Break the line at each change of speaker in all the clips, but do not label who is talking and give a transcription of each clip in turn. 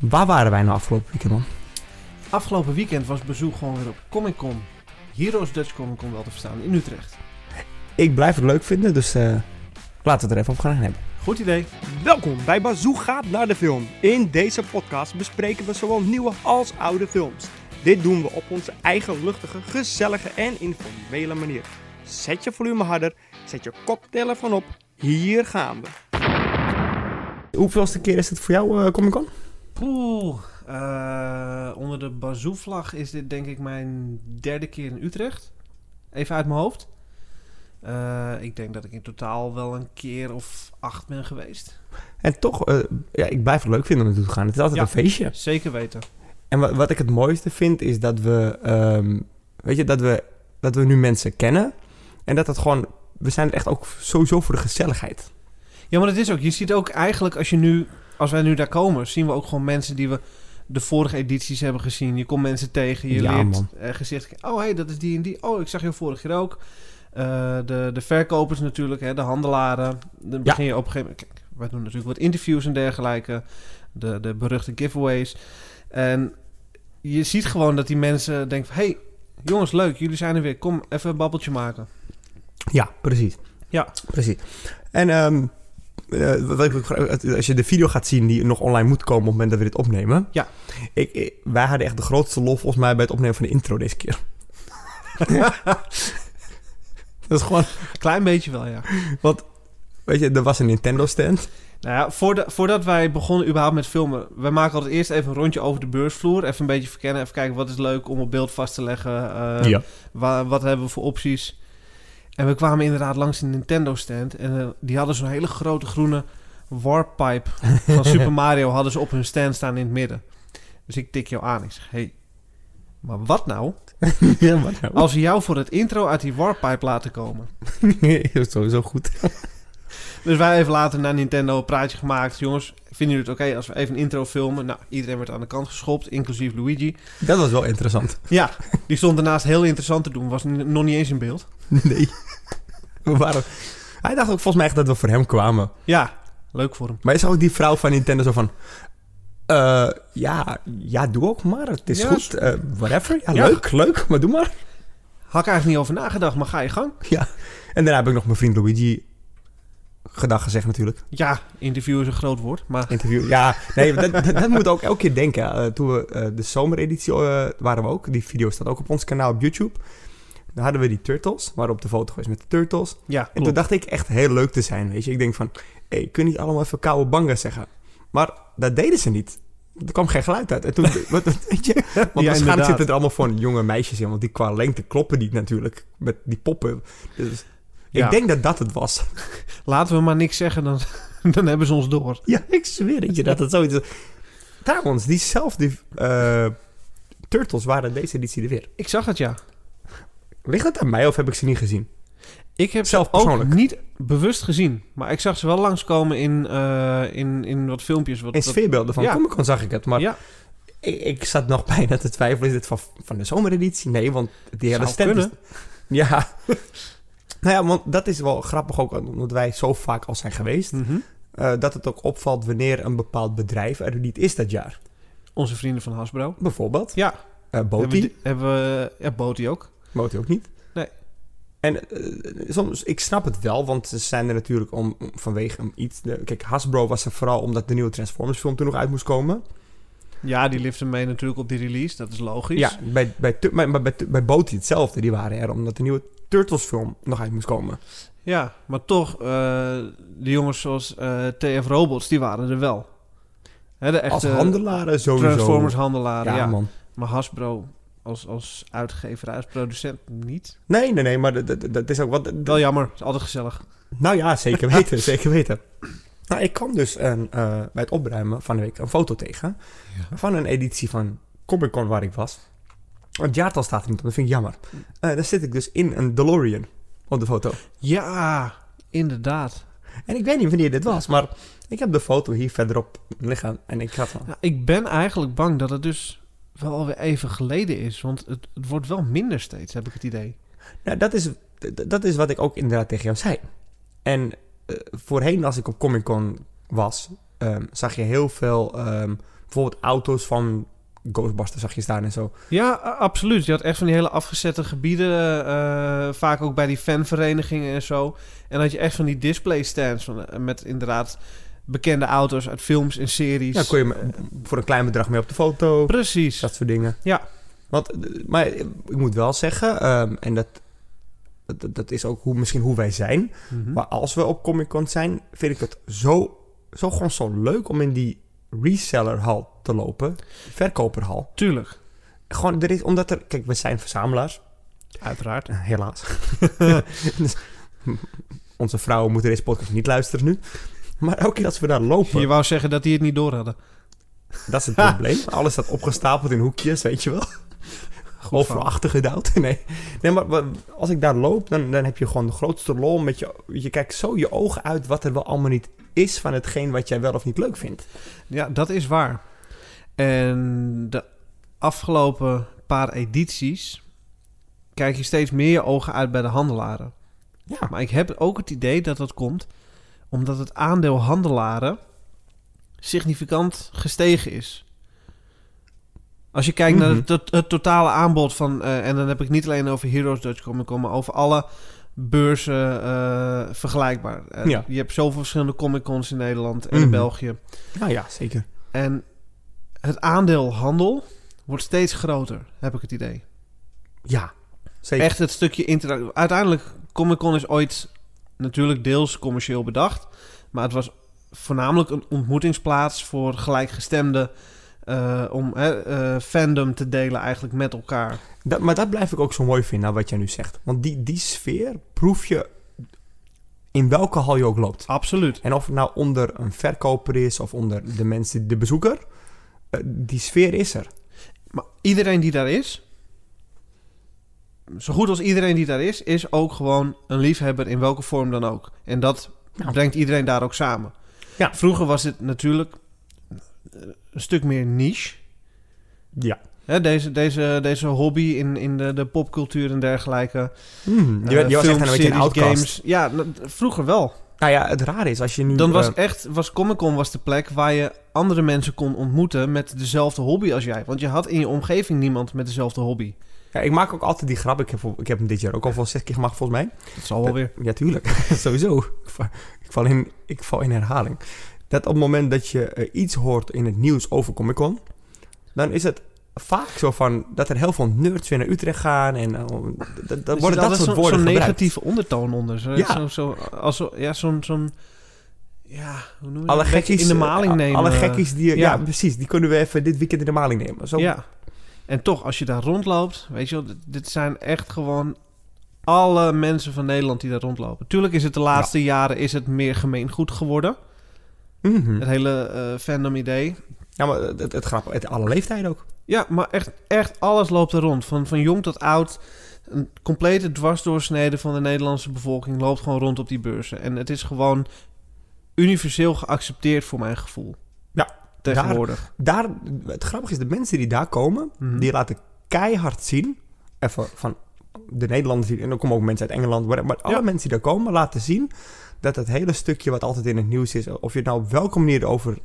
Waar waren wij nou afgelopen weekend, man?
Afgelopen weekend was bezoek gewoon weer op Comic Con. Heroes Dutch Comic Con wel te verstaan in Utrecht.
Ik blijf het leuk vinden, dus eh, laten we het er even op gaan hebben.
Goed idee.
Welkom bij Bazoo gaat naar de film. In deze podcast bespreken we zowel nieuwe als oude films. Dit doen we op onze eigen luchtige, gezellige en informele manier. Zet je volume harder, zet je koptelefoon op. Hier gaan we.
Hoeveelste keer is het voor jou, eh Comic Con?
Poeh. eh, onder de Bazoo-vlag is dit denk ik mijn derde keer in Utrecht. Even uit mijn hoofd. Eh, ik denk dat ik in totaal wel een keer of acht ben geweest.
En toch, eh, ja, ik blijf het leuk vinden om naartoe te gaan. Het is altijd
Ja.
een feestje.
Zeker weten.
En wat, wat ik het mooiste vind is dat we, ehm, weet je, dat we, dat we nu mensen kennen. En dat het gewoon, we zijn er echt ook sowieso voor de gezelligheid.
Ja, maar het is ook. Je ziet ook eigenlijk als je nu, als wij nu daar komen, zien we ook gewoon mensen die we de vorige edities hebben gezien. Je komt mensen tegen, je
Ja,
leert
man.
eh, gezicht. Oh, hé, hey, dat is die en die. Oh, ik zag je vorig jaar ook. Eh, de, de verkopers natuurlijk, hè, de handelaren. Dan begin je op een gegeven moment. Kijk, wij doen natuurlijk wat interviews en dergelijke. De, de beruchte giveaways. En je ziet gewoon dat die mensen denken: van, hey, jongens, leuk, jullie zijn er weer. Kom even een babbeltje maken.
Ja, precies.
Ja.
Precies. En ehm, eh, wat ik ook vraag- als je de video gaat zien die nog online moet komen op het moment dat we dit opnemen.
Ja.
Ik, ik- wij hadden echt de grootste lof volgens mij bij het opnemen van de intro deze keer. dat is gewoon,
Klein beetje wel, ja.
weet je, er was een Nintendo stand.
Nou ja, voordat, voordat wij begonnen überhaupt met filmen... wij maken altijd eerst even een rondje over de beursvloer. Even een beetje verkennen, even kijken wat is leuk om op beeld vast te leggen. eh, wa- wat hebben we voor opties. En we kwamen inderdaad langs de Nintendo stand. En eh, die hadden zo'n hele grote groene warp pipe van Super Mario... hadden ze op hun stand staan in het midden. Dus ik tik jou aan. Ik zeg, hey, maar wat nou
ja, maar nou.
als ze jou voor het intro uit die warp pipe laten komen?
dat is sowieso goed.
Dus wij even later naar Nintendo een praatje gemaakt. Jongens, vinden jullie het oké als we even een intro filmen? Nou, iedereen werd aan de kant geschopt, inclusief Luigi.
Dat was wel interessant.
Ja, die stond daarnaast heel interessant te doen. Was n- nog niet eens in beeld.
Nee. We waren... Hij dacht ook volgens mij echt dat we voor hem kwamen.
Ja, leuk voor hem.
Maar je zag ook die vrouw van Nintendo zo van... eh, ja, ja, doe ook maar. Het is
Ja,
goed.
is-
Eh, whatever. Ja,
Ja.
leuk, leuk. Maar doe maar.
Had ik eigenlijk niet over nagedacht, maar ga je gang.
Ja. En daarna heb ik nog mijn vriend Luigi gedag gezegd natuurlijk.
Ja, interview is een groot woord, maar
Interview. Ja, nee, dat, dat, dat moet ook elke keer denken. Eh, toen we eh, de zomereditie eh, waren we ook. Die video staat ook op ons kanaal op YouTube. Daar hadden we die turtles. We waren op de foto geweest met de turtles.
ja,
En toen
klopt.
dacht ik echt heel leuk te zijn, weet je. Ik denk van, hé, hey, kun je niet allemaal even koude banga zeggen? Maar dat deden ze niet. Er kwam geen geluid uit. En toen, wat, wat- weet je, want waarschinlijk
inderdaad.
zitten er allemaal van jonge meisjes in. Want die qua lengte kloppen niet natuurlijk. Met die poppen. Dus
Ja.
ik denk dat dat het was.
Laten we maar niks zeggen, dan, dan hebben ze ons door.
Ja, ik zweer het je dat het zoiets is. Trouwens, diezelfde eh, turtles waren deze editie er weer.
Ik zag het, ja.
Ligt het aan mij of heb ik ze niet gezien?
Ik heb
Zelf
ze ook
persoonlijk.
niet bewust gezien. Maar ik zag ze wel langskomen in, eh, in, in wat filmpjes. Wat,
In
wat-
sfeerbeelden van
Ja.
Comic Con zag ik het. Maar
Ja.
ik, ik zat nog bijna te twijfelen. Is dit van, van de zomereditie? Nee, want die hele
Zou
stand is-
kunnen.
Ja. nou ja, want dat is wel grappig ook. Omdat wij zo vaak al zijn geweest.
Mhm.
eh, dat het ook opvalt wanneer een bepaald bedrijf er niet is dat jaar.
Onze vrienden van Hasbro.
Bijvoorbeeld.
Ja.
eh Boti.
Hebben, we- hebben we, ja, Boti ook.
Boti ook niet.
Nee.
En eh, soms, ik snap het wel, want ze zijn er natuurlijk om, om- vanwege om iets. de- kijk, Hasbro was er vooral omdat de nieuwe Transformers film toen nog uit moest komen.
Ja, die liften mee natuurlijk op die release. Dat is logisch.
Ja, bij, bij, Tu- maar- maar bij, Tu- bij Boaty hetzelfde. Die waren er omdat de nieuwe Turtles-film nog uit moest komen.
Ja, maar toch, eh, de jongens zoals eh, TF Robots, die waren er wel. Hè, de echte
Als handelaren sowieso.
Transformers-handelaren, ja.
Ja, man.
Maar Hasbro als, als uitgever, als producent niet.
Nee, nee, nee, maar dat- dat dat is ook wat. dat-
Wel jammer, is altijd gezellig.
Nou ja, zeker weten, zeker weten. Nou, ik kwam dus een, eh, bij het opruimen van de week een foto tegen. Van een editie van Comic Con waar ik was. Het jaartal staat er niet op, dat vind ik jammer. Eh daar zit ik dus in een DeLorean op de foto.
Ja, inderdaad.
En ik weet niet wanneer dit was, maar ik heb de foto hier verderop liggen. En ik had van,
Nou, ik ben eigenlijk bang dat het dus wel alweer even geleden is. Want het, het wordt wel minder steeds, heb ik het idee.
Nou, dat is, d- dat is wat ik ook inderdaad tegen jou zei. En eh, voorheen, als ik op Comic Con was, ehm, zag je heel veel ehm, bijvoorbeeld auto's van Ghostbusters zag je staan en zo.
Ja, a- absoluut. Je had echt van die hele afgezette gebieden, eh, vaak ook bij die fanverenigingen en zo. En had je echt van die display stands van, eh, met inderdaad bekende auto's uit films en series.
Ja, Nou, kon je me- voor een klein bedrag mee op de foto.
Precies.
Dat soort dingen.
Ja.
Want, eh, maar ik moet wel zeggen, ehm, en dat, dat, dat is ook hoe, misschien hoe wij zijn.
Mhm.
Maar als we op Comic Con zijn, vind ik het zo, zo gewoon zo leuk om in die resellerhal te lopen. Verkoperhal.
Tuurlijk.
Gewoon, er is, omdat er, kijk, we zijn verzamelaars.
Uiteraard.
Eh, Helaas. Dus, m- onze vrouwen moeten deze podcast niet luisteren nu. Maar elke keer als we daar lopen,
Je wou zeggen dat die het niet door hadden.
dat is het probleem. Alles staat opgestapeld in hoekjes, weet je wel. Overal
verhaal.
achtergedouwd. Nee, nee maar wa- als ik daar loop, dan, dan heb je gewoon de grootste lol. Met je, je kijkt zo je ogen uit wat er wel allemaal niet is van hetgeen wat jij wel of niet leuk vindt.
Ja, dat is waar. En de afgelopen paar edities kijk je steeds meer je ogen uit bij de handelaren.
Ja.
Maar ik heb ook het idee dat dat komt omdat het aandeel handelaren significant gestegen is. Als je kijkt naar
Mhm.
het, tot- het totale aanbod van, eh, en dan heb ik niet alleen over Heroes Dutch Comic Con, maar over alle beurzen eh, vergelijkbaar. Eh,
Ja.
Je hebt zoveel verschillende Comic Cons in Nederland en
Mhm.
in België.
Nou ja, zeker.
En het aandeel handel wordt steeds groter, heb ik het idee.
Ja, zeker.
Echt het stukje interactie. Uiteindelijk, Comic Con is ooit natuurlijk deels commercieel bedacht. Maar het was voornamelijk een ontmoetingsplaats voor gelijkgestemden. eh, om hè, eh, fandom te delen eigenlijk met elkaar.
Dat, maar dat blijf ik ook zo mooi vinden, nou, wat jij nu zegt. Want die, die sfeer proef je in welke hal je ook loopt.
Absoluut.
En of het nou onder een verkoper is of onder de mensen, de bezoeker. eh, die sfeer is er.
Maar iedereen die daar is... Zo goed als iedereen die daar is, is ook gewoon een liefhebber in welke vorm dan ook. En dat
Nou.
brengt iedereen daar ook samen.
Ja.
Vroeger was het natuurlijk eh, een stuk meer niche.
Ja.
Hè, deze, deze, deze hobby in, in de, de popcultuur en dergelijke.
Hmm, je
Eh,
je was echt een
films,
beetje een
series,
outcast.
games. Ja, n- vroeger wel.
Nou ja, het rare is als je nu...
Dan was
eh,
echt, was Comic Con was de plek waar je andere mensen kon ontmoeten met dezelfde hobby als jij. Want je had in je omgeving niemand met dezelfde hobby.
ja, ik maak ook altijd die grap. Ik heb, ik heb hem dit jaar ook al wel zes keer gemaakt, volgens mij.
Dat zal wel weer.
Ja, tuurlijk. Sowieso. Ik va- Ik val, in, ik val in herhaling. Dat op het moment dat je eh, iets hoort in het nieuws over Comic Con, dan is het vaak zo van dat er heel veel nerds weer naar Utrecht gaan en eh, d- d- dan
Er
worden
zit
dat
Dus altijd
soort
zo'n-
woorden
Zo'n
gebruikt.
negatieve ondertoon onder. Zo,
Ja.
Zo, zo, als, zo- ja, zo'n... zo'n- ja, hoe noem je
Alle
dat? Een beetje
gekkies,
in de maling
eh,
nemen.
Alle gekkies die, ja.
Ja.
precies, die kunnen we even dit weekend in de maling nemen. Zo,
Ja. En toch, als je daar rondloopt, weet je wel, dit- dit zijn echt gewoon alle mensen van Nederland die daar rondlopen. Tuurlijk is het de laatste jaren is het meer gemeengoed geworden.
Mhm.
Het hele eh, fandom idee.
ja maar het, het, het grap, het alle leeftijden ook.
Ja, maar echt, echt alles loopt er rond. Van, van jong tot oud. Een complete dwarsdoorsnede van de Nederlandse bevolking loopt gewoon rond op die beurzen. En het is gewoon universeel geaccepteerd voor mijn gevoel.
Ja,
Tegenwoordig.
Daar, het grappige is, de mensen die daar komen,
Mhm.
Die laten keihard zien, even van de Nederlanders hier, en dan komen ook mensen uit Engeland, whatever, maar alle
Ja.
mensen die daar komen laten zien dat het hele stukje wat altijd in het nieuws is, of je het nou op welke manier over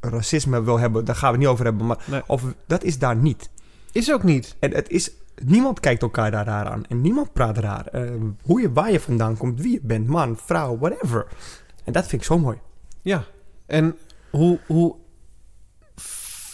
racisme wil hebben, daar gaan we het niet over hebben, maar
Nee.
of, dat is daar niet.
Is ook niet.
En het is, niemand kijkt elkaar daar raar aan en niemand praat raar. Eh, hoe je, waar je vandaan komt, wie je bent, man, vrouw, whatever. En dat vind ik zo mooi.
Ja, en hoe, hoe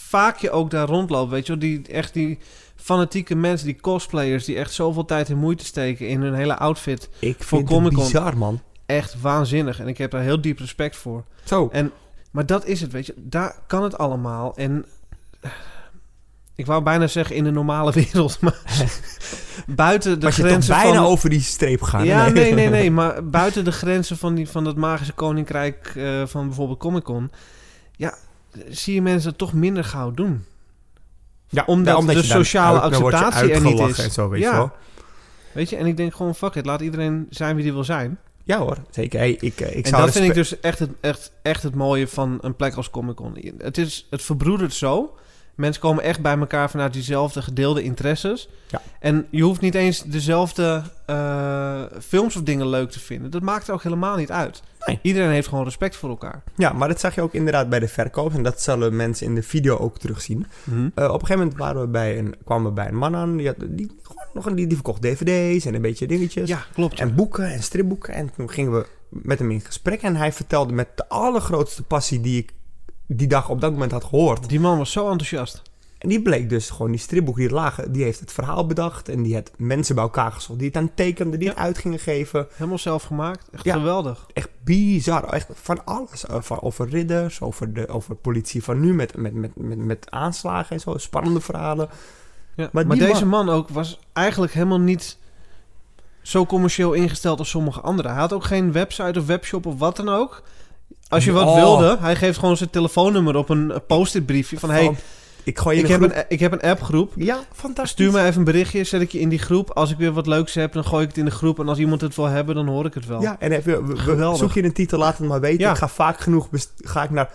vaak je ook daar rondloopt, weet je wel, die, echt die fanatieke mensen, die cosplayers, die echt zoveel tijd en moeite steken in hun hele outfit,
Ik
Voor
vind het
Comic-Con.
bizar, man.
echt waanzinnig. En ik heb daar heel diep respect voor.
Zo.
En, maar dat is het, weet je, daar kan het allemaal. En eh, ik wou bijna zeggen in de normale wereld, maar buiten de
Maar je toch
grenzen
bijna
van...
over die streep gaan.
Ja, nee, nee, nee. Maar buiten de grenzen van, die, van dat magische koninkrijk eh, van bijvoorbeeld Comic Con... Ja, zie je mensen dat toch minder gauw doen.
Ja,
Omdat de
je dan
sociale
uit- dan word je
acceptatie er niet
uitgelachen
is.
En zo, weet
Ja.
je wel.
Weet je, en ik denk gewoon, fuck it, laat iedereen zijn wie die wil zijn.
Ja hoor, zeker. Hey, ik, eh, ik
en
zou
dat vind ik
respe-
dus echt het, echt, echt het mooie van een plek als Comic Con. Het, is, het verbroedert zo Mensen komen echt bij elkaar vanuit diezelfde gedeelde interesses.
Ja.
En je hoeft niet eens dezelfde eh, films of dingen leuk te vinden. Dat maakt ook helemaal niet uit.
Nee.
Iedereen heeft gewoon respect voor elkaar.
Ja, maar dat zag je ook inderdaad bij de verkoop. En dat zullen mensen in de video ook terugzien. Eh, op een gegeven moment waren we bij een, kwamen we bij een man aan. Die, had, die, gewoon nog een, die, die verkocht dvd's en een beetje dingetjes.
Ja, klopt.
En boeken en stripboeken. En toen gingen we met hem in gesprek. En hij vertelde met de allergrootste passie die ik die dag op dat moment had gehoord.
Die man was zo enthousiast.
En die bleek dus gewoon die stripboek die er lagen. Die heeft het verhaal bedacht. En die had mensen bij elkaar gezocht. Die het aan tekenden, die het uit gingen geven.
Helemaal zelf gemaakt. Echt
Ja.
geweldig.
Echt bizar. Echt van alles. Over, over ridders, over, de, over politie van nu. Met, met, met, met, met aanslagen en zo. Spannende verhalen.
Ja,
Maar
maar
die
deze man ook was eigenlijk helemaal niet zo commercieel ingesteld als sommige anderen. Hij had ook geen website of webshop of wat dan ook. Als je wat
Oh.
wilde, hij geeft gewoon zijn telefoonnummer op een eh, post-it briefje. Van, hey,
Van, ik gooi je
ik
in
heb,
een groep.
een, ik heb een appgroep.
Ja, fantastisch.
Stuur me even een berichtje, zet ik je in die groep. Als ik weer wat leuks heb, dan gooi ik het in de groep. En als iemand het wil hebben, dan hoor ik het wel.
Ja, en even, we- we-
Geweldig.
zoek je een titel, laat het maar weten.
Ja.
Ik ga vaak genoeg best- ga ik naar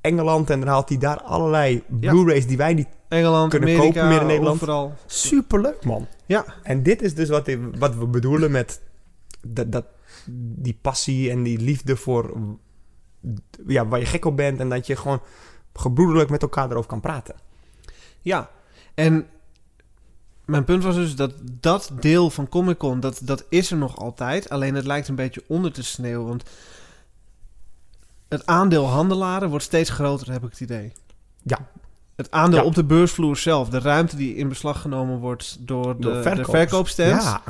Engeland en dan haalt hij daar allerlei
Ja.
Blu-rays die wij niet...
Engeland,
Kunnen
Amerika,
kopen meer in Nederland.
overal.
Superleuk, man.
Ja.
En dit is dus wat, ik- wat we bedoelen met dat, dat, die passie en die liefde voor ja, waar je gek op bent. En dat je gewoon gebroedelijk met elkaar erover kan praten.
Ja, en mijn punt was dus dat dat deel van Comic Con, dat, dat is er nog altijd. Alleen het lijkt een beetje onder te sneeuwen, want het aandeel handelaren wordt steeds groter, heb ik het idee.
Ja.
Het aandeel
Ja.
op de beursvloer zelf, de ruimte die in beslag genomen wordt door de,
Door
de
verkopers.
verkoopstands.
Ja,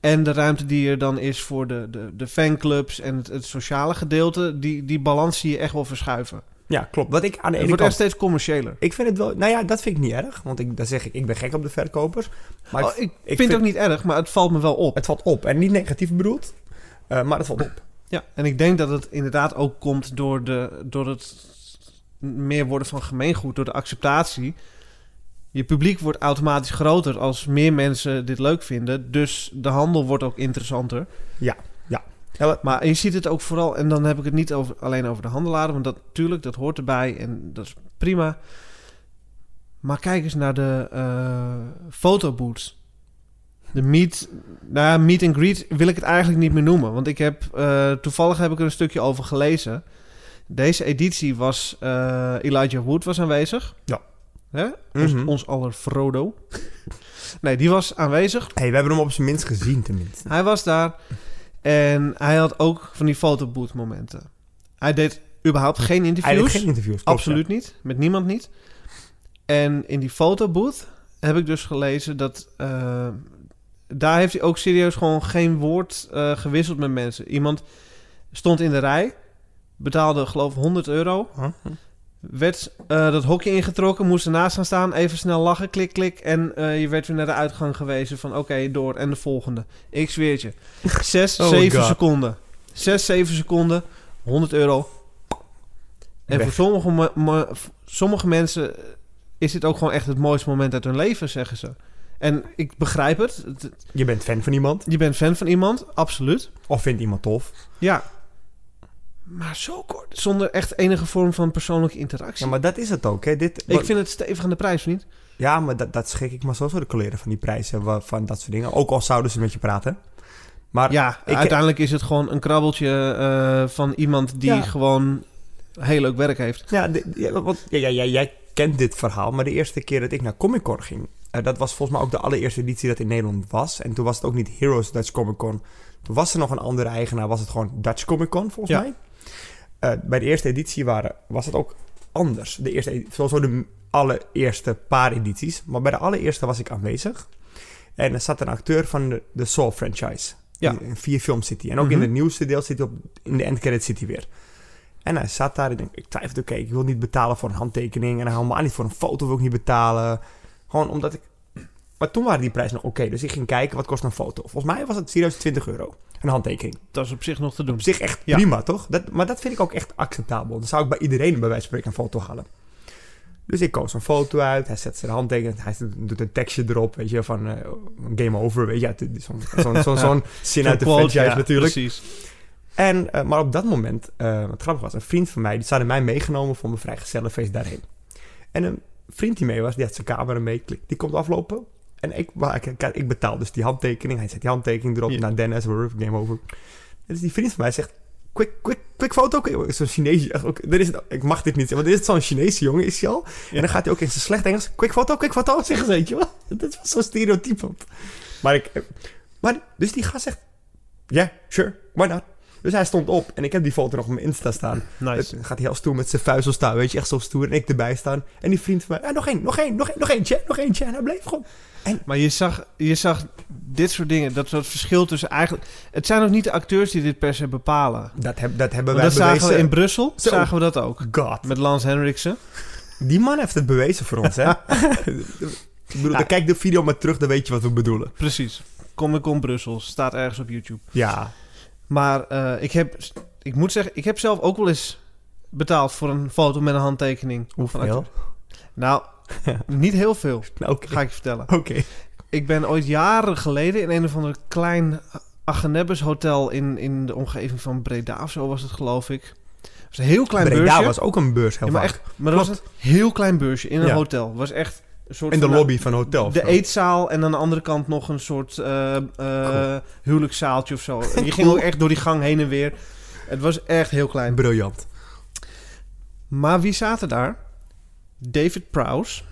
En de ruimte die er dan is voor de, de, de fanclubs en het, het sociale gedeelte, die, die balans zie je echt wel verschuiven.
ja, klopt. Wat ik aan de ene
het wordt
kant...
echt steeds commerciëler.
Ik vind het wel... Nou ja, dat vind ik niet erg. Want ik, dan zeg ik, ik ben gek op de verkopers. Maar ik
Oh, ik, vind
vind-
het ook niet erg, maar het valt me wel op.
Het valt op. En niet negatief bedoeld, eh, maar het valt op.
Ja, en ik denk dat het inderdaad ook komt door, de, door het meer worden van gemeengoed, door de acceptatie. Je publiek wordt automatisch groter als meer mensen dit leuk vinden. Dus de handel wordt ook interessanter.
Ja, wat-
Maar je ziet het ook vooral, en dan heb ik het niet over, alleen over de handelaren, want dat natuurlijk, dat hoort erbij en dat is prima. Maar kijk eens naar de eh fotobooths. De meet, nou ja, meet and greet wil ik het eigenlijk niet meer noemen. Want ik heb, eh, toevallig heb ik er een stukje over gelezen. Deze editie was, eh, Elijah Wood was aanwezig.
Ja.
Hè?
Mhm.
Ons, ons aller Frodo. nee, die was aanwezig.
Hey, we hebben hem op zijn minst gezien, tenminste.
Hij was daar en hij had ook van die fotoboot momenten. Hij deed überhaupt geen
Hij
interviews.
deed geen interviews. klopt,
Absoluut niet. Met niemand niet. En in die fotobooth heb ik dus gelezen dat... eh, daar heeft hij ook serieus gewoon geen woord eh, gewisseld met mensen. Iemand stond in de rij, betaalde geloof 100 euro...
ja. Huh?
Werd eh, dat hokje ingetrokken, moest ernaast gaan staan, even snel lachen, klik, klik. En eh, je werd weer naar de uitgang gewezen van oké, door en de volgende. Ik zweer het je. Zes,
Oh my
zeven
God.
seconden. Zes, zeven seconden, 100 euro. En
Weg.
voor sommige, mo- mo- voor sommige mensen is dit ook gewoon echt het mooiste moment uit hun leven, zeggen ze. En ik begrijp het. Het-
Je bent fan van iemand,
Je bent fan van iemand, absoluut.
of vindt iemand tof.
Ja. Maar zo kort, zonder echt enige vorm van persoonlijke interactie.
Ja, maar dat is het ook, hè. Dit,
Ik vind het stevig aan de prijs, of niet?
Ja, maar dat, dat schrik ik maar sowieso de kleren van die prijzen, wa- van dat soort dingen. Ook al zouden ze met je praten. Maar
Ja,
ik-
uiteindelijk is het gewoon een krabbeltje eh, van iemand die
Ja.
gewoon heel leuk werk heeft.
Ja, de- ja, want ja, ja, ja, jij kent dit verhaal, maar de eerste keer dat ik naar Comic Con ging, eh, dat was volgens mij ook de allereerste editie dat in Nederland was. En toen was het ook niet Heroes Dutch Comic Con. Toen was er nog een andere eigenaar, was het gewoon Dutch Comic Con volgens
Ja.
mij. Eh, bij de eerste editie waren, was het ook anders. De eerste, edi- sowieso de m- allereerste paar edities. Maar bij de allereerste was ik aanwezig. En er zat een acteur van de, de Saw franchise.
Ja.
In, in vier films zit hij. En ook
Mhm.
in het nieuwste deel zit hij op, in de endcredit zit hij weer. En hij zat daar en ik, denk, ik twijfelde, oké, ik wil niet betalen voor een handtekening. En helemaal niet voor een foto wil ik niet betalen. Gewoon omdat ik... Maar toen waren die prijzen nog oké. dus ik ging kijken, wat kost een foto? Volgens mij was het serieus 20 euro. Een handtekening.
Dat is op zich nog te doen.
Op zich echt
Ja.
prima, toch? Dat, maar dat vind ik ook echt acceptabel. Dan zou ik bij iedereen bij wijze van spreken een foto halen. Dus ik koos een foto uit. Hij zet zijn handtekening. Hij zet- doet een tekstje erop, weet je, van eh, game over, weet je. Het is Zo'n zo'n zo'n- zo'n zin uit de
Zo'n quote,
franchise
ja,
natuurlijk.
Precies.
En, eh, maar op dat moment, eh, wat grappig was, een vriend van mij, die zouden mij meegenomen voor mijn vrijgezellenfeest daarheen. En een vriend die mee was, die had zijn camera mee. klik, Die komt aflopen. En ik, maar ik, ik, ik betaal dus die handtekening. Hij zet die handtekening erop.
Ja.
Naar Dennis, we're game over. Dus die vriend van mij zegt... Quick, quick, quick foto. quick." Zo'n Chinees. echt ook- er is, ik mag dit niet zeggen, want er is zo'n Chinese jongen, is hij al. En dan gaat hij ook in zijn slecht Engels... Quick foto, quick foto, zeggen ze, weet je wel. Dat was zo'n stereotype. Maar ik... eh, Maar, dus die gast zegt... Ja, sure, why not? Dus hij stond op en ik heb die foto nog op mijn Insta staan.
Nice.
Het gaat heel stoer met zijn vuist zo staan, weet je, echt zo stoer. En ik erbij staan. En die vriend van mij, ja, nog één, nog één, nog één, nog eentje, nog eentje. En hij bleef gewoon.
Maar je zag, je zag dit soort dingen, dat, dat verschil tussen eigenlijk... Het zijn ook niet de acteurs die dit per se bepalen.
Dat, heb, dat hebben
Want
wij
dat zagen we
bewezen.
in Brussel,
Zo.
zagen we dat ook.
God,
Met Lance Henriksen.
die man heeft het bewezen voor ons, hè? Ik bedoel,
Nou.
dan kijk de video maar terug, dan weet je wat we bedoelen.
Precies. Comic Con Brussel, staat ergens op YouTube.
Ja,
Maar eh, ik heb, ik moet zeggen, ik heb zelf ook wel eens betaald voor een foto met een handtekening. Van
hoeveel?
acteurs. Nou, niet heel veel,
Nou, Oké,
ga ik je vertellen.
Oké.
Ik ben ooit jaren geleden in een of ander klein Agenebbes hotel in, in de omgeving van Breda of zo was het, geloof ik. Het was een heel klein
Breda
beursje.
was ook een beurs heel
ja, maar
vaak.
echt, maar dat was een heel klein beursje in een
Ja.
hotel. Het was echt een soort
In de
van- eh,
lobby van een hotel. of
de
zo.
eetzaal en aan de andere kant nog een soort eh, eh, huwelijkszaaltje of zo. En je ging ook echt door die gang heen en weer. Het was echt heel klein.
Briljant.
Maar wie zaten daar? David Prowse,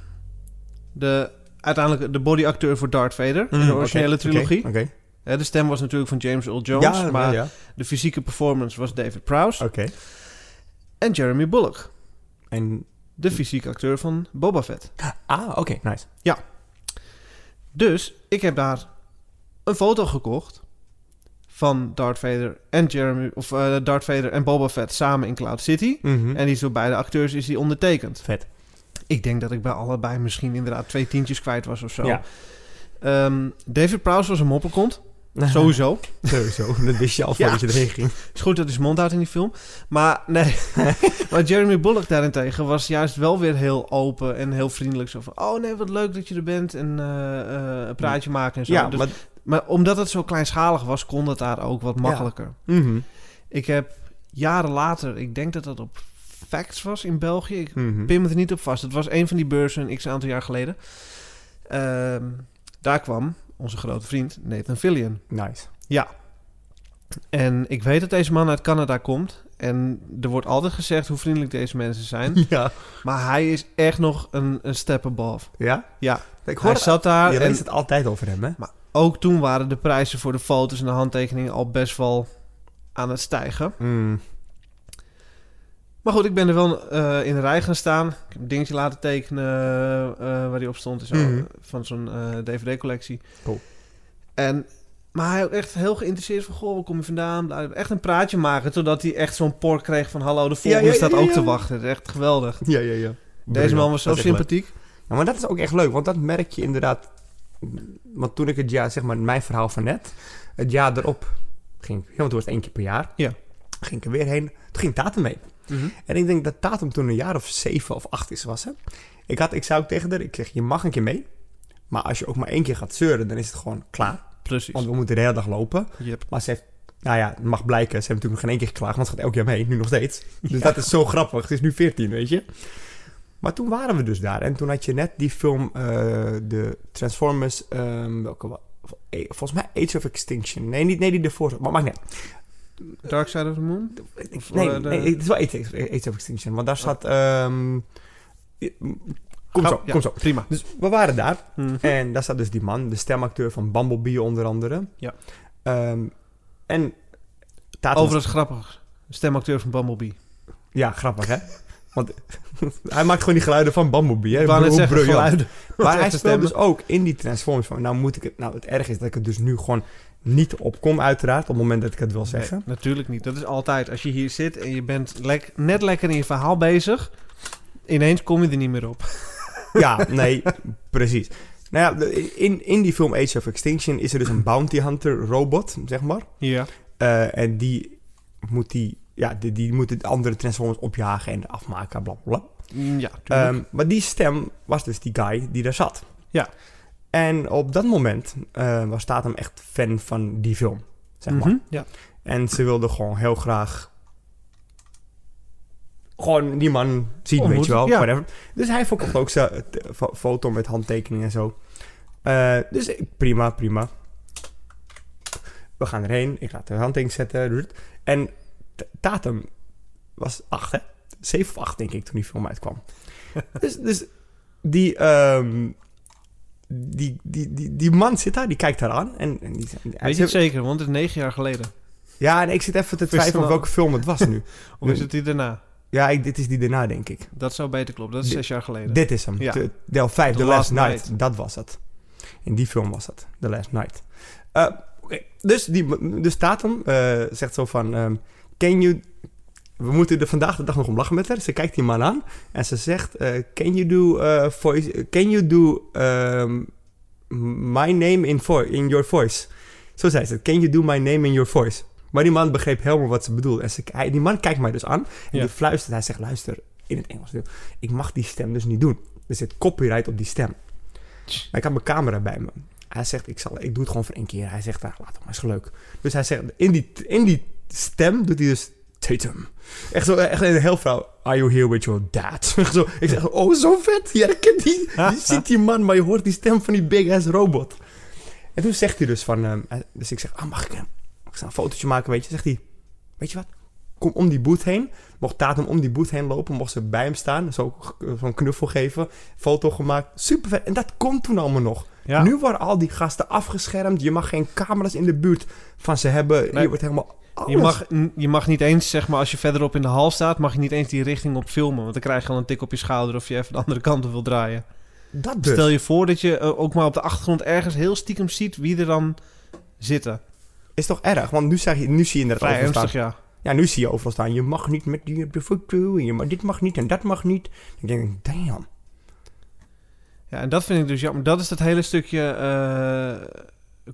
de, uiteindelijk de bodyacteur voor Darth Vader in de
Mm,
originele
oké, oké,
trilogie.
Oké.
Eh, De stem was natuurlijk van James Earl Jones,
ja,
maar
maar ja.
de fysieke performance was David Prowse.
Oké.
En Jeremy Bullock,
En...
de fysieke acteur van Boba Fett.
Ah, oké, nice.
Dus ik heb daar een foto gekocht van Darth Vader en Jeremy of eh Darth Vader en Boba Fett samen in Cloud City.
Mhm.
En die is door beide acteurs is die ondertekend.
Vet.
Ik denk dat ik bij allebei misschien inderdaad twee tientjes kwijt was of zo.
Ja.
Ehm, David Prowse was een mopperkont, sowieso.
Sowieso, dat wist je al
Ja.
voordat je erheen ging.
Is goed dat hij zijn mond houdt in die film. Maar nee, maar Jeremy Bullock daarentegen was juist wel weer heel open en heel vriendelijk. Zo van, oh nee, wat leuk dat je er bent en eh, eh, een praatje maken en zo.
Ja,
Dus-
maar...
Maar omdat het zo kleinschalig was, kon dat daar ook wat makkelijker.
Mhm.
Ik heb jaren later, ik denk dat dat op Facts was in België. Ik
Mhm.
pin me er niet op vast. Het was een van die beurzen een x aantal jaar geleden. Ehm, daar kwam onze grote vriend Nathan Fillion.
Nice.
En ik weet dat deze man uit Canada komt. En er wordt altijd gezegd hoe vriendelijk deze mensen zijn.
Ja.
maar hij is echt nog een, een step above.
Ja?
Ja,
Ik
hij
hoor...
zat daar.
Je
en
leest het altijd over hem, hè?
ook toen waren de prijzen voor de foto's en de handtekeningen al best wel aan het stijgen.
Mm.
Maar goed, ik ben er wel eh, in de rij gaan staan. Ik heb een dingetje laten tekenen eh, waar die op stond. en Zo,
Mhm.
Van zo'n eh, DVD-collectie.
Cool.
En, maar hij ook echt heel geïnteresseerd van... Goh, waar kom je vandaan? Bla, bla. Echt een praatje maken. Totdat hij echt zo'n por kreeg van... Hallo, de volgende
ja, ja,
staat
ja,
ook
ja.
te wachten. Echt geweldig.
Ja, ja, ja.
Deze man was zo
Dat is echt leuk.
sympathiek.
Ja, maar dat is ook echt leuk, want dat merk je inderdaad. Want toen ik het jaar, zeg maar, mijn verhaal van net, het jaar erop ging, ja, want toen was het één keer per jaar.
Ja.
Ging ik er weer heen. Toen ging Tatum mee. En ik denk dat Tatum toen een jaar of zeven of acht is was. Hè? Ik, had, ik zei ook tegen haar, ik zeg, je mag een keer mee. Maar als je ook maar één keer gaat zeuren, dan is het gewoon klaar.
Precies.
Want we moeten de hele dag lopen.
Yep.
Maar ze heeft, nou ja, het mag blijken. Ze hebben natuurlijk nog geen één keer geklaagd, want ze gaat elk jaar mee, nu nog steeds. Dus dat is zo grappig. Het is nu 14, weet je. Maar toen waren we dus daar. En toen had je net die film, eh, de Transformers, ehm, welke wa- eh, Volgens mij Age of Extinction. Nee, niet, nee die ervoor zat. Maar maakt niet uit.
Dark Side of the Moon. Of,
Nee,
eh, de-
nee, het is wel Age of, Age of Extinction. Want daar zat... ehm, eh, kom zo,
Oh, ja,
kom zo.
Prima.
Dus we waren daar.
Mhm.
En daar staat dus die man, de stemacteur van Bumblebee onder andere.
Ja.
Ehm, en... Tatum
Overigens grappig. Stemacteur van Bumblebee.
Ja, grappig hè? Want hij maakt gewoon die geluiden van Bumblebee. Hè?
Ik wou net
Hoe
zeggen,
briljant.
geluiden.
Maar hij
Echte
speelt
stemmen.
dus ook in die Transformers. Van, nou, moet ik het, nou, het erg is dat ik het dus nu gewoon niet opkom, uiteraard. Op het moment dat ik het wil zeggen.
Nee, natuurlijk niet. Dat is altijd. Als je hier zit en je bent lek- net lekker in je verhaal bezig, ineens kom je er niet meer op.
Ja, nee, precies. Nou ja, de- in, in die film Age of Extinction is er dus een bounty hunter robot, zeg maar.
Ja.
Eh, en die moet die, ja, die, die moet de andere Transformers opjagen en afmaken, bla bla bla.
Mm, Ja, tuurlijk.
Ehm, maar die stem was dus die guy die daar zat.
Ja.
En op dat moment eh, was Tatum echt fan van die film, zeg maar.
Mhm, Ja.
En ze wilde gewoon heel graag gewoon die man zien,
Ontmoet,
weet je wel.
ja.
Whatever. Dus hij verkocht ook zijn eh, t- fo- foto met handtekeningen en zo. Eh, dus ik- prima, prima. We gaan erheen. Ik laat de handtekening zetten. En T- Tatum was acht, hè? Zeven of acht, denk ik, toen die film uitkwam. dus, dus die, ehm, die, die, die, die man zit daar, die kijkt daar aan. En, en die, hij
Weet je het
zegt-
zeker, want het is negen jaar geleden.
ja, nee, ik zit even te twijfelen
wel-
op welke film het was nu.
Of
Nee.
is het die daarna?
ja, ik, dit is die daarna, denk ik.
Dat zou beter kloppen. Dat is
Dit-
zes jaar geleden.
Dit is hem.
Ja.
De- Deel 5,
The
The,
Last
Last, Night.
Night.
Dat was het. In die film was het. The Last Night. Eh, oké. Dus, die, dus Tatum eh, zegt zo van... ehm, can you... We moeten er vandaag de dag nog om lachen met haar. Ze kijkt die man aan en ze zegt... eh, can you do eh, voice... Can you do ehm, my name in, vo- in your voice? Zo zei ze. Can you do my name in your voice? Maar die man begreep helemaal wat ze bedoelde. En ze, hij- die man kijkt mij dus aan en
Ja.
die fluistert. Hij zegt, luister, in het Engels. Ik mag die stem dus niet doen. Er zit copyright op die stem. Maar ik had mijn camera bij me. Hij zegt, ik, zal, ik doe het gewoon voor één keer. Hij zegt, ah, laat het maar eens leuk. Dus hij zegt, in die, in die stem doet hij dus Tatum. Echt zo, echt een heel vrouw. Are you here with your dad? Echt zo, ik zeg, oh, zo vet. Je herkent die, je ziet die man, maar je hoort die stem van die big ass robot. En toen zegt hij dus van, ehm, hij- dus ik zeg, ah, mag ik hem? Mag ik snel een fotootje maken, weet je? Zegt hij, weet je wat? Kom om die boot heen. Mocht Tatum om die boot heen lopen, mocht ze bij hem staan. Zo, eh, zo'n knuffel geven. Foto gemaakt. Super vet. En dat komt toen allemaal nog.
Ja.
Nu worden al die gasten afgeschermd. Je mag geen camera's in de buurt van ze hebben.
Nee.
Je wordt helemaal alles.
Je mag, n- je mag niet eens, zeg maar, als je verderop in de hal staat, mag je niet eens die richting op filmen. Want dan krijg je al een tik op je schouder of je even de andere kant op wil draaien.
dat dus.
Stel je voor dat je eh, ook maar op de achtergrond ergens heel stiekem ziet wie er dan zitten.
Is toch erg? Want nu, zeg je, nu zie je inderdaad
Vrij
overal staan.
ernstig, ja.
Ja, nu zie je overal staan. Je mag niet met die op de foto. en Je mag, dit mag niet en dat mag niet. Dan denk ik, damn.
Ja, en dat vind ik dus jammer. Dat is dat hele stukje eh,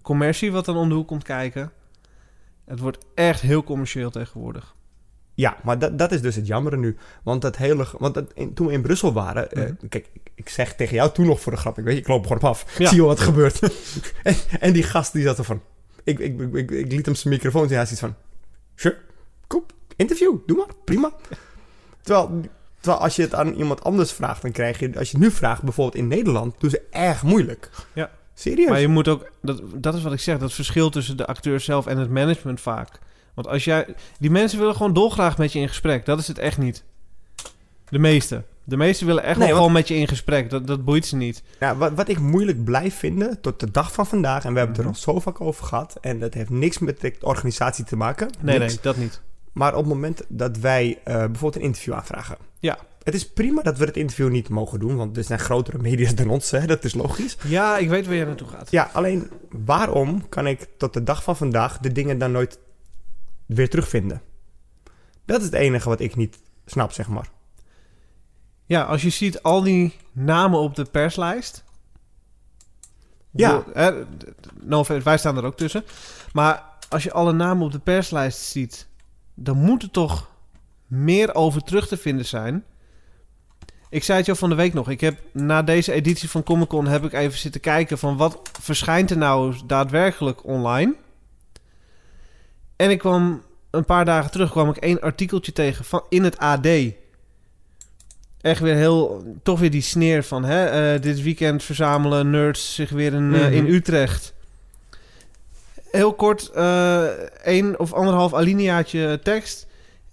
commercie wat dan om de hoek komt kijken. Het wordt echt heel commercieel tegenwoordig.
Ja, maar dat, dat is dus het jammer nu. Want, dat hele, ge- want dat, in- toen we in Brussel waren... eh, kijk, ik- ik zeg tegen jou toen nog voor de grap. Ik weet, je, ik loop gewoon op af.
Mhm. Ja.
Zie je wat er gebeurt. en, en die gast die zat er van... Ik, ik, ik, ik, ik liet hem zijn microfoon zien. Hij is iets van... Sure, kom, interview, doe maar, prima. terwijl, terwijl als je het aan iemand anders vraagt... dan krijg je... Als je het nu vraagt, bijvoorbeeld in Nederland... doen ze erg moeilijk.
Ja.
Serieus?
Maar je moet ook, dat, dat is wat ik zeg, dat verschil tussen de acteur zelf en het management vaak. Want als jij, die mensen willen gewoon dolgraag met je in gesprek. Dat is het echt niet. De meeste. De meesten willen echt
Nee,
wel
want-
gewoon met je in gesprek. Dat, dat boeit ze niet.
Ja, Nou, wat, wat ik moeilijk blijf vinden tot de dag van vandaag, en we hebben
Mhm.
het er al zo vaak over gehad, en dat heeft niks met de organisatie te maken.
Nee,
niks.
nee, dat niet.
Maar op het moment dat wij eh, bijvoorbeeld een interview aanvragen.
Ja.
Het is prima dat we het interview niet mogen doen, want er zijn grotere media's dan ons, hè? dat is logisch.
Ja, ik weet waar jij naartoe gaat.
Ja, alleen waarom kan ik tot de dag van vandaag de dingen dan nooit weer terugvinden? Dat is het enige wat ik niet snap, zeg maar.
Ja, als je ziet al die namen op de perslijst.
Ja.
Ik bedoel, hè, d- d- no offense, wij staan er ook tussen. Maar als je alle namen op de perslijst ziet, dan moet er toch meer over terug te vinden zijn. Ik zei het jou van de week nog. Ik heb na deze editie van Comic Con heb ik even zitten kijken van wat verschijnt er nou daadwerkelijk online. En ik kwam een paar dagen terug kwam ik één artikeltje tegen van in het AD echt weer heel, toch weer die sneer van, hè, eh, dit weekend verzamelen nerds zich weer in, eh,
Mhm.
in Utrecht. Heel kort, eh één of anderhalf alineaatje tekst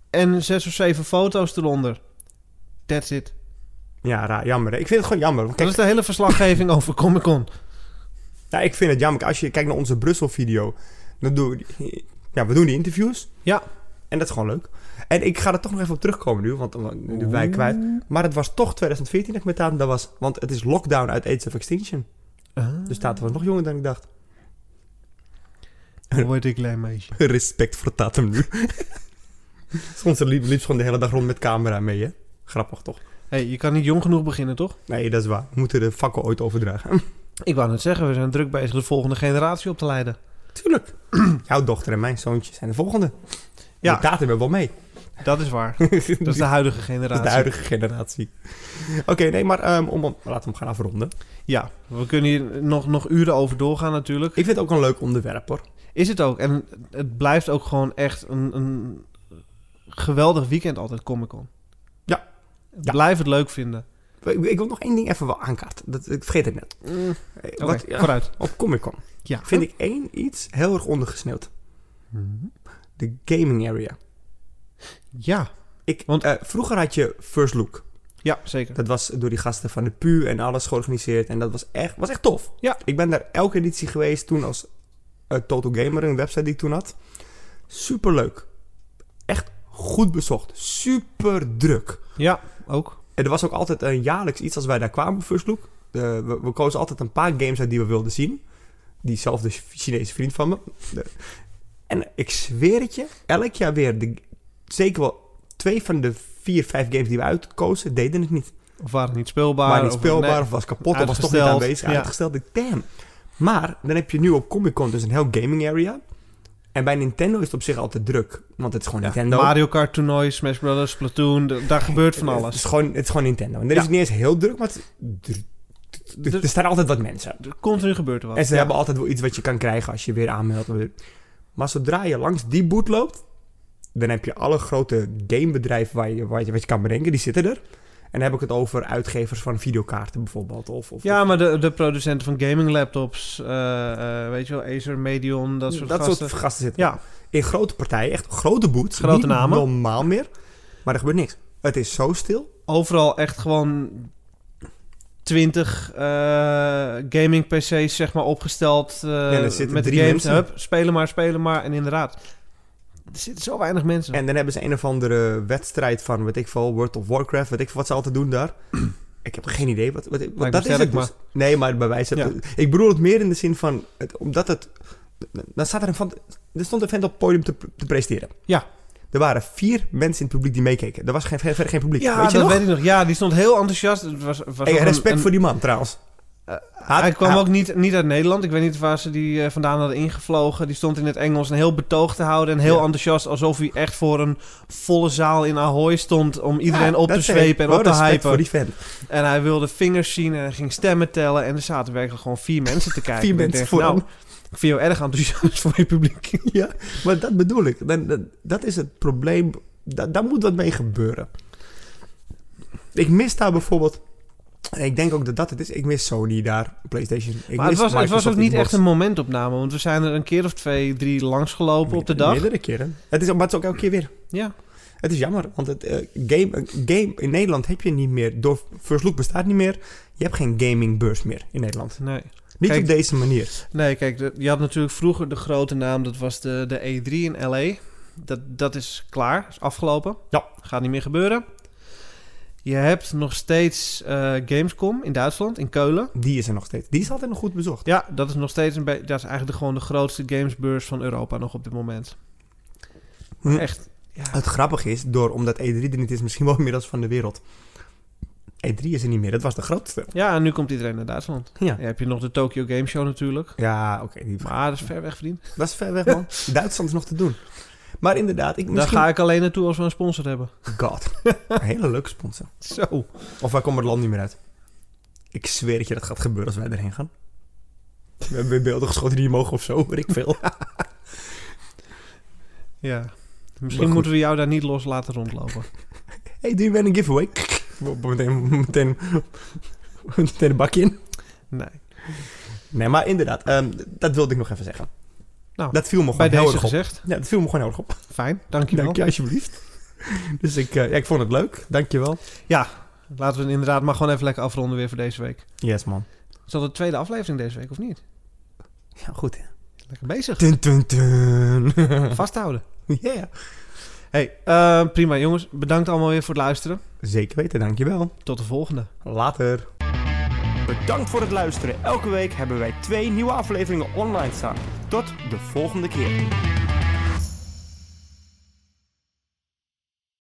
en zes of zeven foto's eronder. That's it.
Ja, raar, jammer. hè? Ik vind het gewoon jammer. want
Dat
Kijk,
is de hele verslaggeving over Comic Con.
Nou, ik vind het jammer. Als je kijkt naar onze Brussel-video, dan doen we, die- ja, we doen die interviews.
Ja.
En dat is gewoon leuk. En ik ga er toch nog even op terugkomen nu, want dan nu ben ik kwijt. Maar het was toch 2014 dat ik met Tatum daar was. Want het is lockdown uit Age of Extinction. Dus Tatum was nog jonger dan ik dacht.
Dan word ik klein meisje.
Respect voor Tatum nu. Soms liep, liep ze gewoon de hele dag rond met camera mee, hè? Grappig toch?
hey, je kan niet jong genoeg beginnen, toch?
Nee, dat is waar. We moeten de fakkel ooit overdragen.
Ik wou net zeggen, we zijn druk bezig de volgende generatie op te leiden.
Tuurlijk. Jouw dochter en mijn zoontje zijn de volgende.
Ja.
Ja. Tatum hebben wel mee.
Dat is waar. Dat is de huidige generatie.
Dat is de huidige generatie. Oké, nee, maar ehm, om, om- laten we hem gaan afronden.
Ja, we kunnen hier nog, nog uren over doorgaan natuurlijk.
Ik vind het ook een leuk onderwerp, hoor.
Is het ook. En het blijft ook gewoon echt een, een geweldig weekend altijd Comic Con.
Ja.
Blijf het leuk vinden.
Ik, ik wil nog één ding even wel aankaarten. Dat, ik vergeet het net.
Mm,
Eh,
Oké,
wat- ja,
vooruit.
op Comic Con
Ja.
vind ik één iets heel erg ondergesneeuwd.
Mhm.
De gaming area.
Ja.
Ik,
Want-
eh, vroeger had je First Look.
Ja, zeker.
Dat was door die gasten van de PU en alles georganiseerd. En dat was echt, was echt tof.
Ja.
Ik ben daar elke editie geweest toen als eh, Total Gamer, een website die ik toen had. Superleuk. Echt goed bezocht. Super druk.
Ja, ook.
En er was ook altijd een jaarlijks iets als wij daar kwamen, First Look. Eh, we, we kozen altijd een paar games uit die we wilden zien. Diezelfde Ch- Chinese vriend van me. De- en ik zweer het je, elk jaar weer. De, zeker wel twee van de vier, vijf games die we uitkozen, deden het niet.
Of waren niet speelbaar.
Waren niet
of-
speelbaar,
nee.
of was kapot, of was toch niet
Uitgesteld,
aanwezig.
ja.
Uitgesteld, ik, damn. Maar dan heb je nu op Comic Con dus een heel gaming area. En bij Nintendo is het op zich altijd druk. Want het is gewoon Nintendo.
Mario Kart toernooi, Smash Brothers, Splatoon, d- daar gebeurt Eh, van
Het is
alles.
gewoon, het is gewoon Nintendo. En dan
Ja.
is het niet eens heel druk, maar het is- er, er staan altijd wat mensen.
Er- Continu gebeurt er wat.
En ze
Oh, Ja.
hebben altijd wel iets wat je kan krijgen als je weer aanmeldt. Maar zodra je langs die boot loopt, dan heb je alle grote gamebedrijven waar je, waar je, wat je kan bedenken, die zitten er. En dan heb ik het over uitgevers van videokaarten bijvoorbeeld. Of, of,
Ja, maar de, de producenten van gaming laptops, eh, eh, weet je wel, Acer, Medion,
Mm,
dat soort gasten.
zitten.
Ja,
In grote partijen, echt grote boots.
Grote
niet
namen.
normaal meer. Maar er gebeurt niks. Het is zo stil.
overal echt gewoon 20 eh, gaming PC's zeg maar opgesteld eh,
en er zitten
met de
drie
games.
mensen.
Hup, spelen maar, spelen maar. En inderdaad, er zitten zo weinig mensen.
En dan hebben ze een of andere wedstrijd van, weet ik veel, World of Warcraft, weet ik veel wat ze altijd doen daar. Ik heb geen idee wat, wat, wat-
me
dat is
sterk,
het. dus.
maar-
Nee, maar bij wijze
Ja.
Ik bedoel het meer in de zin van, het, omdat het... Dan staat er een van... Er stond een vent op het podium te, te presteren.
Ja.
Er waren vier mensen in het publiek die meekeken. Er was geen, verder geen publiek.
ja,
weet je
dat
nog?
weet ik nog. Ja, die stond heel enthousiast. Het was, was
Hey,
ook een-
respect
een-
voor die man trouwens.
Eh,
Had-
hij kwam
had-
ook niet, niet uit Nederland. Ik weet niet waar ze die eh, vandaan hadden ingevlogen. Die stond in het Engels een heel betoog te houden en heel
Ja.
enthousiast. Alsof hij echt voor een volle zaal in Ahoy stond om iedereen
Ja,
op te
dat zei ik.
zwepen en
Wel
op te
respect
hypen.
voor die fan.
En hij wilde vingers zien en hij ging stemmen tellen. En er zaten werkelijk gewoon vier mensen te kijken.
Vier
En ik
mensen
dacht,
vooraan.
Nou, ik vind jou erg enthousiast voor je publiek.
Ja, maar dat bedoel ik. Dan, dan- dat is het probleem. Da- daar moet wat mee gebeuren. Ik mis daar bijvoorbeeld... en Ik denk ook dat dat het is. Ik mis Sony daar, PlayStation. Ik
maar het
mis
was, het was
Microsoft
ook niet
Xbox.
echt een momentopname. Want we zijn er een keer of twee, drie langsgelopen op de dag.
Meerdere keren. Het is, maar het is ook elke keer weer.
Ja,
Het is jammer, want het, eh, game, een game in Nederland heb je niet meer. Door First Look bestaat niet meer. Je hebt geen gamingbeurs meer in Nederland.
nee.
Niet
Kijk,
op deze manier.
Nee, kijk, de- je had natuurlijk vroeger de grote naam, dat was de, de E3 in LA. Dat, dat is klaar, is afgelopen.
Ja.
Gaat niet meer gebeuren. Je hebt nog steeds eh, Gamescom in Duitsland, in Keulen.
Die is er nog steeds. Die is altijd nog goed bezocht.
Ja, dat is nog steeds een beetje. Dat is eigenlijk de- gewoon de grootste gamesbeurs van Europa nog op dit moment.
Hm.
Echt. Ja.
Het grappige is, door, omdat E3 er niet is, misschien wel inmiddels van de wereld. E3 is er niet meer. Dat was de grootste.
ja, en nu komt iedereen naar Duitsland.
Ja.
Dan heb je nog de Tokyo Game Show natuurlijk.
Ja, oké. die-
Maar dat is ver weg verdiend.
dat is ver weg, man. Duitsland is nog te doen. Maar inderdaad, ik
Daar
misschien...
ga ik alleen naartoe als we een sponsor hebben.
God. Een hele leuke sponsor.
Zo.
Of wij komen het land niet meer uit. Ik zweer dat je dat gaat gebeuren als wij erheen gaan. We hebben weer beelden geschoten die niet mogen of zo, weet ik veel.
Ja.
Maar
Misschien
goed.
moeten we jou daar niet los laten rondlopen.
Hey, do you win a giveaway? Meteen, meteen, meteen een bakje in.
Nee.
Nee, maar inderdaad, ehm, dat wilde ik nog even zeggen.
Nou,
dat viel me
Bij
gewoon heel
deze
erg op.
gezegd.
Ja, dat viel me gewoon heel erg op.
Fijn, dankjewel.
Dank je, alsjeblieft. Dus ik, eh, ja, ik vond het leuk. Dank je wel.
Laten we het inderdaad maar gewoon even lekker afronden weer voor deze week.
Yes, man.
Is dat de tweede aflevering deze week of niet?
Ja, goed, hè?
Lekker bezig.
Dun, dun, dun.
Vasthouden.
Yeah.
hey, eh, prima jongens. Bedankt allemaal weer voor het luisteren.
Zeker weten, dank je wel.
Tot de volgende.
Later.
Bedankt voor het luisteren. Elke week hebben wij twee nieuwe afleveringen online staan. Tot de volgende keer.